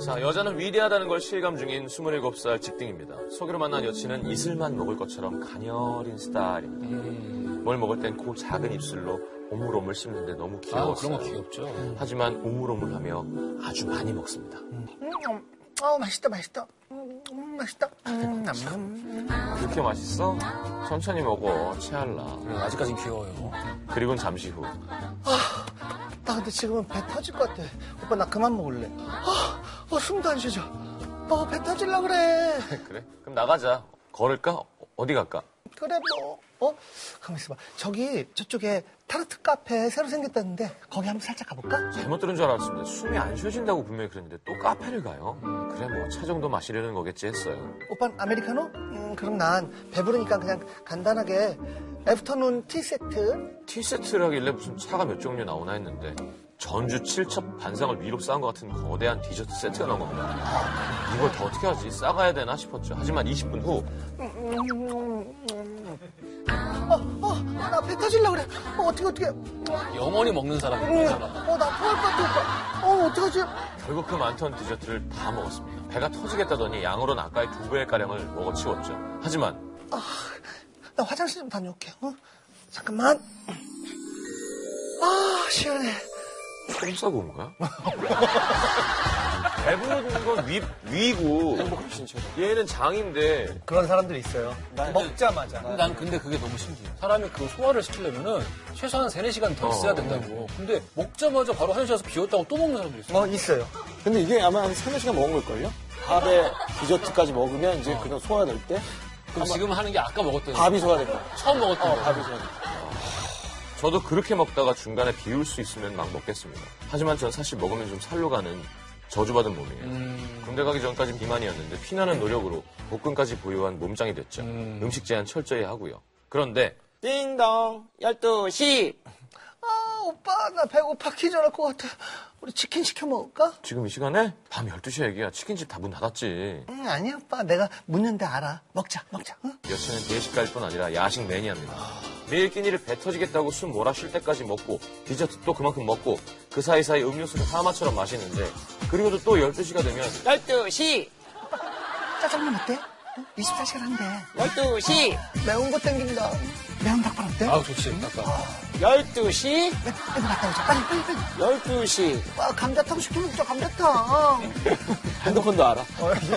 자, 여자는 위대하다는 걸 실감 중인 27살 직딩입니다. 소개로 만난 여친은 이슬만 먹을 것처럼 가녀린 스타일입니다. 뭘 먹을 땐 그 작은 입술로 오물오물 씹는데 너무 아, 귀여웠어요. 그런 거 귀엽죠. 하지만 오물오물하며 아주 많이 먹습니다. 음, 어, 맛있다, 맛있다. 음, 음, 맛있다. 음, 남, 남. 그렇게 맛있어? 천천히 먹어. 체할라. 그래, 네, 아직까진 귀여워요. 그리곤 잠시 후 나 근데 지금은 배 터질 것 같아. 오빠, 나 그만 먹을래. 아, 어, 숨도 안 쉬죠. 어, 배 터질라 그래. 그래? 그럼 나가자. 걸을까? 어디 갈까? 그래, 뭐. 어? 가만 있어봐. 저기, 저쪽에 타르트 카페 새로 생겼다는데, 거기 한번 살짝 가볼까? 잘못 들은 줄 알았습니다. 숨이 안 쉬어진다고 분명히 그랬는데 또 카페를 가요? 그래 뭐 차 정도 마시려는 거겠지 했어요. 오빤 아메리카노? 음, 그럼 난 배부르니까 그냥 간단하게 애프터눈 티 세트. 티세트를 하길래 무슨 차가 몇 종류 나오나 했는데 전주 칠첩 반상을 위로 쌓은 것 같은 거대한 디저트 세트가 나온 겁니다. 이걸 더 어떻게 하지? 싸가야 되나 싶었죠. 하지만 20분 후 음, 어, 어, 나 배 터질라 그래. 어, 어떻게, 어떻게. 영원히 먹는 사람인 거잖아. 어, 나 토할 것 같아, 오빠. 어, 어떡하지? 결국 그 많던 디저트를 다 먹었습니다. 배가 터지겠다더니 양으로 는 아까의 두 배가량을 먹어치웠죠. 하지만 나 화장실 좀 다녀올게. 어? 잠깐만. 아 시원해. 똥 싸고 온 거야? 배부른 건 위, 위고 얘는 장인데 그런 사람들이 있어요. 먹자마자. 근데 난 근데 그게 너무 신기해. 사람이 그 소화를 시키려면은 최소한 3, 4시간 더 있어야 된다고. 근데 먹자마자 바로 화장실 가서 비웠다고 또 먹는 사람들이 있어. 어 있어요. 근데 이게 아마 한 3, 4시간 먹은 걸걸요? 밥에 디저트까지 먹으면 이제 그냥 소화가 될 때? 그럼 지금 하는 게 아까 먹었던 거. 밥이 소화될 거야. 처음 먹었던 거. 밥이 소화될 거야. 저도 그렇게 먹다가 중간에 비울 수 있으면 막 먹겠습니다. 하지만 전 사실 먹으면 좀 살로 가는 저주받은 몸이에요. 군대 가기 전까지 비만이었는데 피나는 노력으로 복근까지 보유한 몸짱이 됐죠. 음. 식 제한 철저히 하고요. 그런데 띵동, 12시! 아 오빠 나 배고파 기절할 것 같아. 우리 치킨 시켜 먹을까? 지금 이 시간에 밤 12시에 얘기야. 치킨집 다 문 닫았지. 응 아니야 오빠 내가 묻는데 알아. 먹자 먹자. 응? 여친은 대식가일 뿐 아니라 야식 매니아입니다. 매일 끼니를 배 터지겠다고 숨 몰아 쉴 때까지 먹고 디저트도 그만큼 먹고 그 사이사이 음료수를 하마처럼 마시는데 그리고도 또 12시가 되면 12시! 짜장면 어때? 응? 24시간 한대. 12시! 매운 거 땡긴다. 매운 닭발 어때? 네, 아, 좋지. 아까. 12시! 내 빨리 갔다 오자. 빨리 빨리 빨리. 12시! 와 감자탕 시켜 먹자 감자탕. 어, 핸드폰도 알아.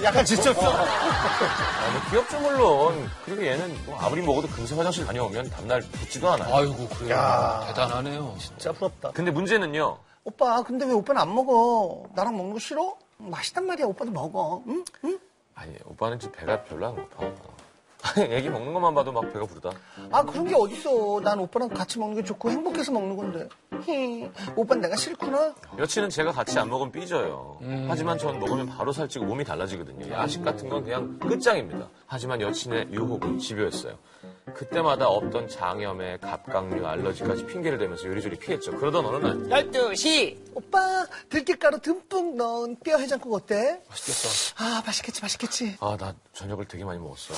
약간 지쳤어. 아, 뭐 귀엽죠 물론 그리고 얘는 뭐 아무리 먹어도 금세 화장실 다녀오면 다음날 붓지도 않아요 아이고, 그래요. 야. 대단하네요. 진짜 부럽다. 근데 문제는요 오빠 근데 왜 오빠는 안 먹어? 나랑 먹는 거 싫어? 맛있단 말이야 오빠도 먹어. 응? 응? 아니 오빠는 지금 배가 별로 안 고파 아니, 애기 먹는 것만 봐도 막 배가 부르다 아 그런 게 어딨어? 난 오빠랑 같이 먹는 게 좋고 행복해서 먹는 건데. 히. 오빠 내가 싫구나. 여친은 제가 같이 안 먹으면 삐져요 하지만 전 먹으면 바로 살찌고 몸이 달라지거든요 야식 같은 건 그냥 끝장입니다 하지만 여친의 유혹은 집요했어요 그때마다 없던 장염에 갑각류 알러지까지 핑계를 대면서 요리조리 피했죠 그러던 어느 날 12시! 오빠 들깨가루 듬뿍 넣은 뼈 해장국 어때? 맛있겠다. 아 맛있겠지 맛있겠지. 아 나 저녁을 되게 많이 먹었어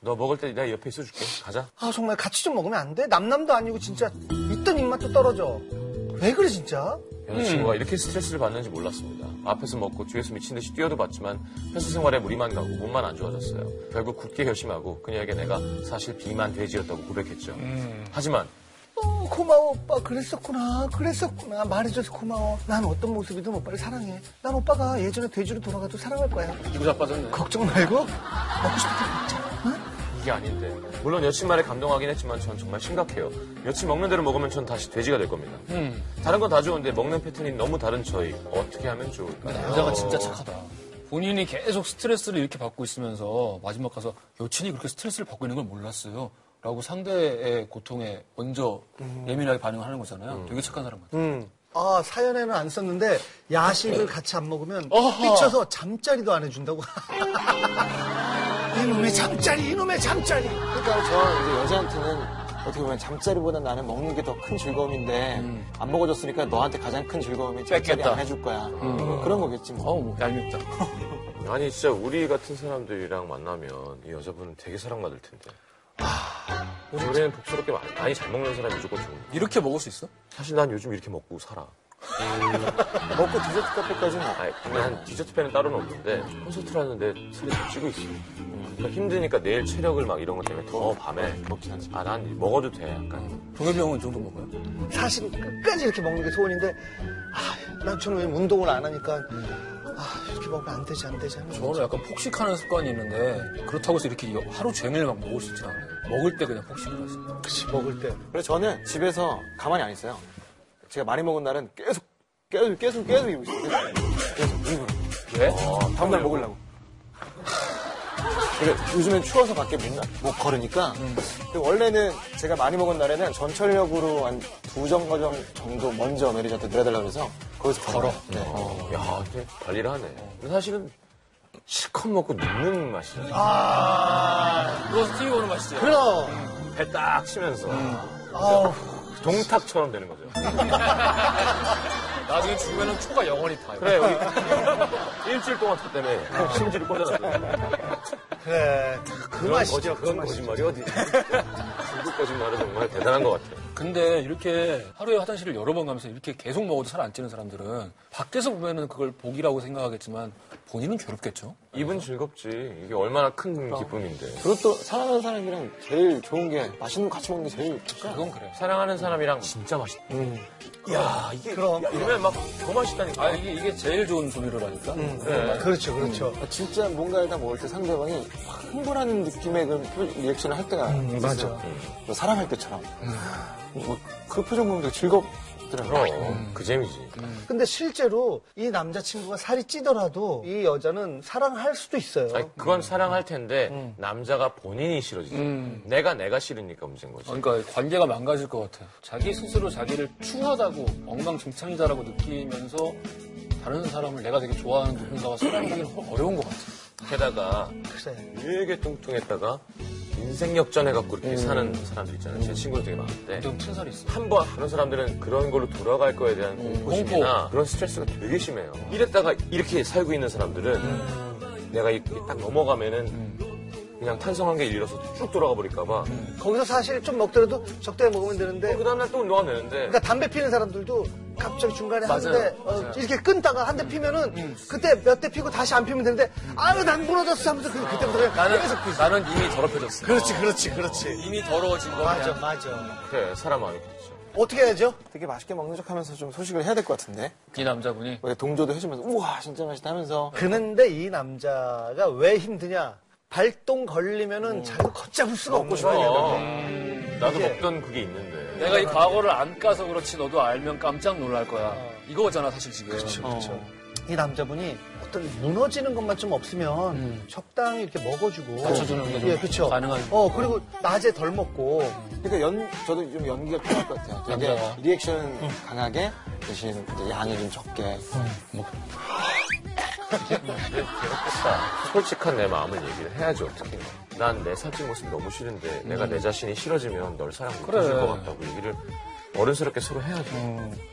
너 먹을 때 내가 옆에 있어줄게 가자 아 정말 같이 좀 먹으면 안 돼? 남남도 아니고 진짜 있던 입맛도 떨어져. 왜 그래 진짜? 여자친구가 이렇게 스트레스를 받는지 몰랐습니다. 앞에서 먹고 뒤에서 미친 듯이 뛰어도 봤지만 회사 생활에 무리만 가고 몸만 안 좋아졌어요. 결국 굳게 결심하고 그녀에게 내가 사실 비만 돼지였다고 고백했죠. 하지만 어, 고마워 오빠 그랬었구나 그랬었구나 말해줘서 고마워 난 어떤 모습이든 오빠를 사랑해 난 오빠가 예전에 돼지로 돌아가도 사랑할 거야 기분 나빠졌네. 걱정 말고 먹고 싶은 거 먹자 응? 이게 아닌데 물론 여친 말에 감동하긴 했지만 전 정말 심각해요. 여친 먹는 대로 먹으면 전 다시 돼지가 될 겁니다. 다른 건 다 좋은데 먹는 패턴이 너무 다른 저희 어떻게 하면 좋을까요? 여자가 진짜 착하다. 본인이 계속 스트레스를 이렇게 받고 있으면서 마지막 가서 여친이 그렇게 스트레스를 받고 있는 걸 몰랐어요. 라고 상대의 고통에 먼저 예민하게 반응하는 거잖아요. 되게 착한 사람 같아요. 아 사연에는 안 썼는데 야식을 같이 안 먹으면 삐쳐서 잠자리도 안 해준다고 이놈의 잠자리 이놈의 잠자리 그러니까 저 이제 여자한테는 어떻게 보면 잠자리보다 나는 먹는 게 더 큰 즐거움인데 안 먹어줬으니까 너한테 가장 큰 즐거움이 잠자리 음. 뺏겼다. 음. 안 해줄 거야. 그런 거겠지 뭐. 어우, 뭐, 얄밉다. 아니 진짜 우리 같은 사람들이랑 만나면 이 여자분은 되게 사랑받을 텐데. 우리는 복스럽게 많이 잘 먹는 사람이 무조건 좋은데. 이렇게 먹을 수 있어? 사실 난 요즘 이렇게 먹고 살아. 먹고 디저트 카페까지 먹 아니, 근데 한 디저트 팬은 따로는 없는데 콘서트를 하는데 살이 좀 찌고 있어요. 그러니까 힘드니까 내일 체력을 막 이런 것 때문에 더 밤에 먹진 않지. 아, 난 먹어도 돼. 약간. 동엽이 형은 이 정도 먹어요? 사실 끝까지 이렇게 먹는 게 소원인데 아, 난 저는 왜 운동을 안 하니까 아, 이렇게 먹으면 안 되지 안 되지 하면서 저는 약간 폭식하는 습관이 있는데 그렇다고 해서 이렇게 하루 종일 막 먹을 수 있진 않아요. 먹을 때 그냥 폭식을 하세요. 그치 먹을 때 그래서 저는 집에서 가만히 안 있어요. 제가 많이 먹은 날은 계속, 계속, 계속, 계속 입고 있어요. 계속 입으로. 왜? 어, 다음날 먹으려고. 근데 요즘엔 추워서 밖에 못, 나- 못 걸으니까. 근데 원래는 제가 많이 먹은 날에는 전철역으로 한 두 정거장 정도 먼저 매니저한테 내려달라고 해서 거기서 걸어. 네. 야, 되게 관리를 하네. 근데 사실은 실컷 먹고 눕는 맛이잖아. 로스트 이거는 음. 맛있죠. 그럼 배 딱 치면서 아우 동탁처럼 되는 거죠. 나중에 죽으면 초가 영원히 타요. 그래 여기 일주일 동안 저 때문에 심지를 꽂아놨어. 그래 그 그런 맛이죠 거짓- 그 그런 맛이죠. 거짓말이 어디? 중국 거짓말은 정말 대단한 것 같아요. 근데 이렇게 하루에 화장실을 여러 번 가면서 이렇게 계속 먹어도 살 안 찌는 사람들은 밖에서 보면은 그걸 복이라고 생각하겠지만 본인은 괴롭겠죠. 입은 즐겁지. 이게 얼마나 큰 기쁨인데. 그리고 또 사랑하는 사람이랑 제일 좋은 게 맛있는 거 같이 먹는 게 제일 좋죠. 그건 그래요. 사랑하는 사람이랑 진짜 맛있다. 야 이게 그럼 이러면 막 더 맛있다니까. 아 이게 이게 제일 좋은 조미료라니까. 그렇죠 그렇죠 아, 진짜 뭔가를 다 먹을 때 상대방이 확 흥분하는 느낌의 그런 표- 리액션을 할 때가 있어요. 뭐 사랑할 때처럼. 뭐그 표정 보면 되게 즐겁더라고요. 그럼 그 재미지. 근데 실제로 이 남자친구가 살이 찌더라도 이 여자는 사랑할 수도 있어요 아니, 그건 사랑할 텐데 남자가 본인이 싫어지지. 내가 내가 싫으니까 문제인 거지. 그러니까 관계가 망가질 것 같아요. 자기 스스로 자기를 추하다고 엉망진창이다라고 느끼면서 다른 사람을 내가 되게 좋아하는 누군가와 사랑하기는 훨- 어려운 것 같아요. 게다가 그래 되게 뚱뚱했다가 인생 역전해갖고 이렇게 사는 사람들 있잖아요. 제 친구들 되게 많은데. 좀 큰살이 있어. 한 번 다른 사람들은 그런 걸로 돌아갈 거에 대한 음, 공포심이나 공포. 그런 스트레스가 되게 심해요. 이랬다가 이렇게 살고 있는 사람들은 음. 내가 이렇게 딱 넘어가면은 그냥 탄성한 게 일어서 쭉 돌아가 버릴까봐 거기서 사실 좀 먹더라도 적당히 먹으면 되는데 어, 그 다음날 또 운동하면 되는데 그러니까 담배 피는 사람들도 갑자기 중간에 맞아요. 음. 하는데 어, 이렇게 끊다가 한 대 피면은 그때 몇 대 피고 다시 안 피면 되는데 아유 난 무너졌어 하면서 그, 그때부터 그냥 나는 계속 나는 이미 더럽혀졌어. 그렇지 그렇지 그렇지 이미 더러워진 거. 맞아 맞아 그래, 사람 마음이 그렇죠. 어떻게 해야죠? 되게 맛있게 먹는 척 하면서 좀 소식을 해야 될 것 같은데. 이 남자분이 왜뭐 동조도 해주면서 우와 진짜 맛있다 하면서 그런데 이 남자가 왜 힘드냐 발동 음. 걸리면은 자기가 걷잡을 수가 없고 싶어 어, 나도 음. 이게- 먹던 그게 있는데 내가 이 과거를 안 까서 그렇지 너도 알면 깜짝 놀랄 거야. 이거잖아 사실 지금. 어. 그렇죠. 이 남자분이 어떤 무너지는 것만 좀 없으면 적당히 이렇게 먹어주고 음. 받쳐주는 게좀 예, 그렇죠. 가능하죠. 어 그리고 낮에 덜 먹고 그러니까 연 저도 좀 연기가 필요할 것 같아요. 되게 남자가. 리액션 강하게 대신 이제 양이 좀 적게 솔직한 내 마음을 얘기를 해야지 어떻게. 난 내 살찐 모습 너무 싫은데 음. 내가 내 자신이 싫어지면 널 사랑 못해줄 그래. 것 같다고 얘기를 어른스럽게 서로 해야죠.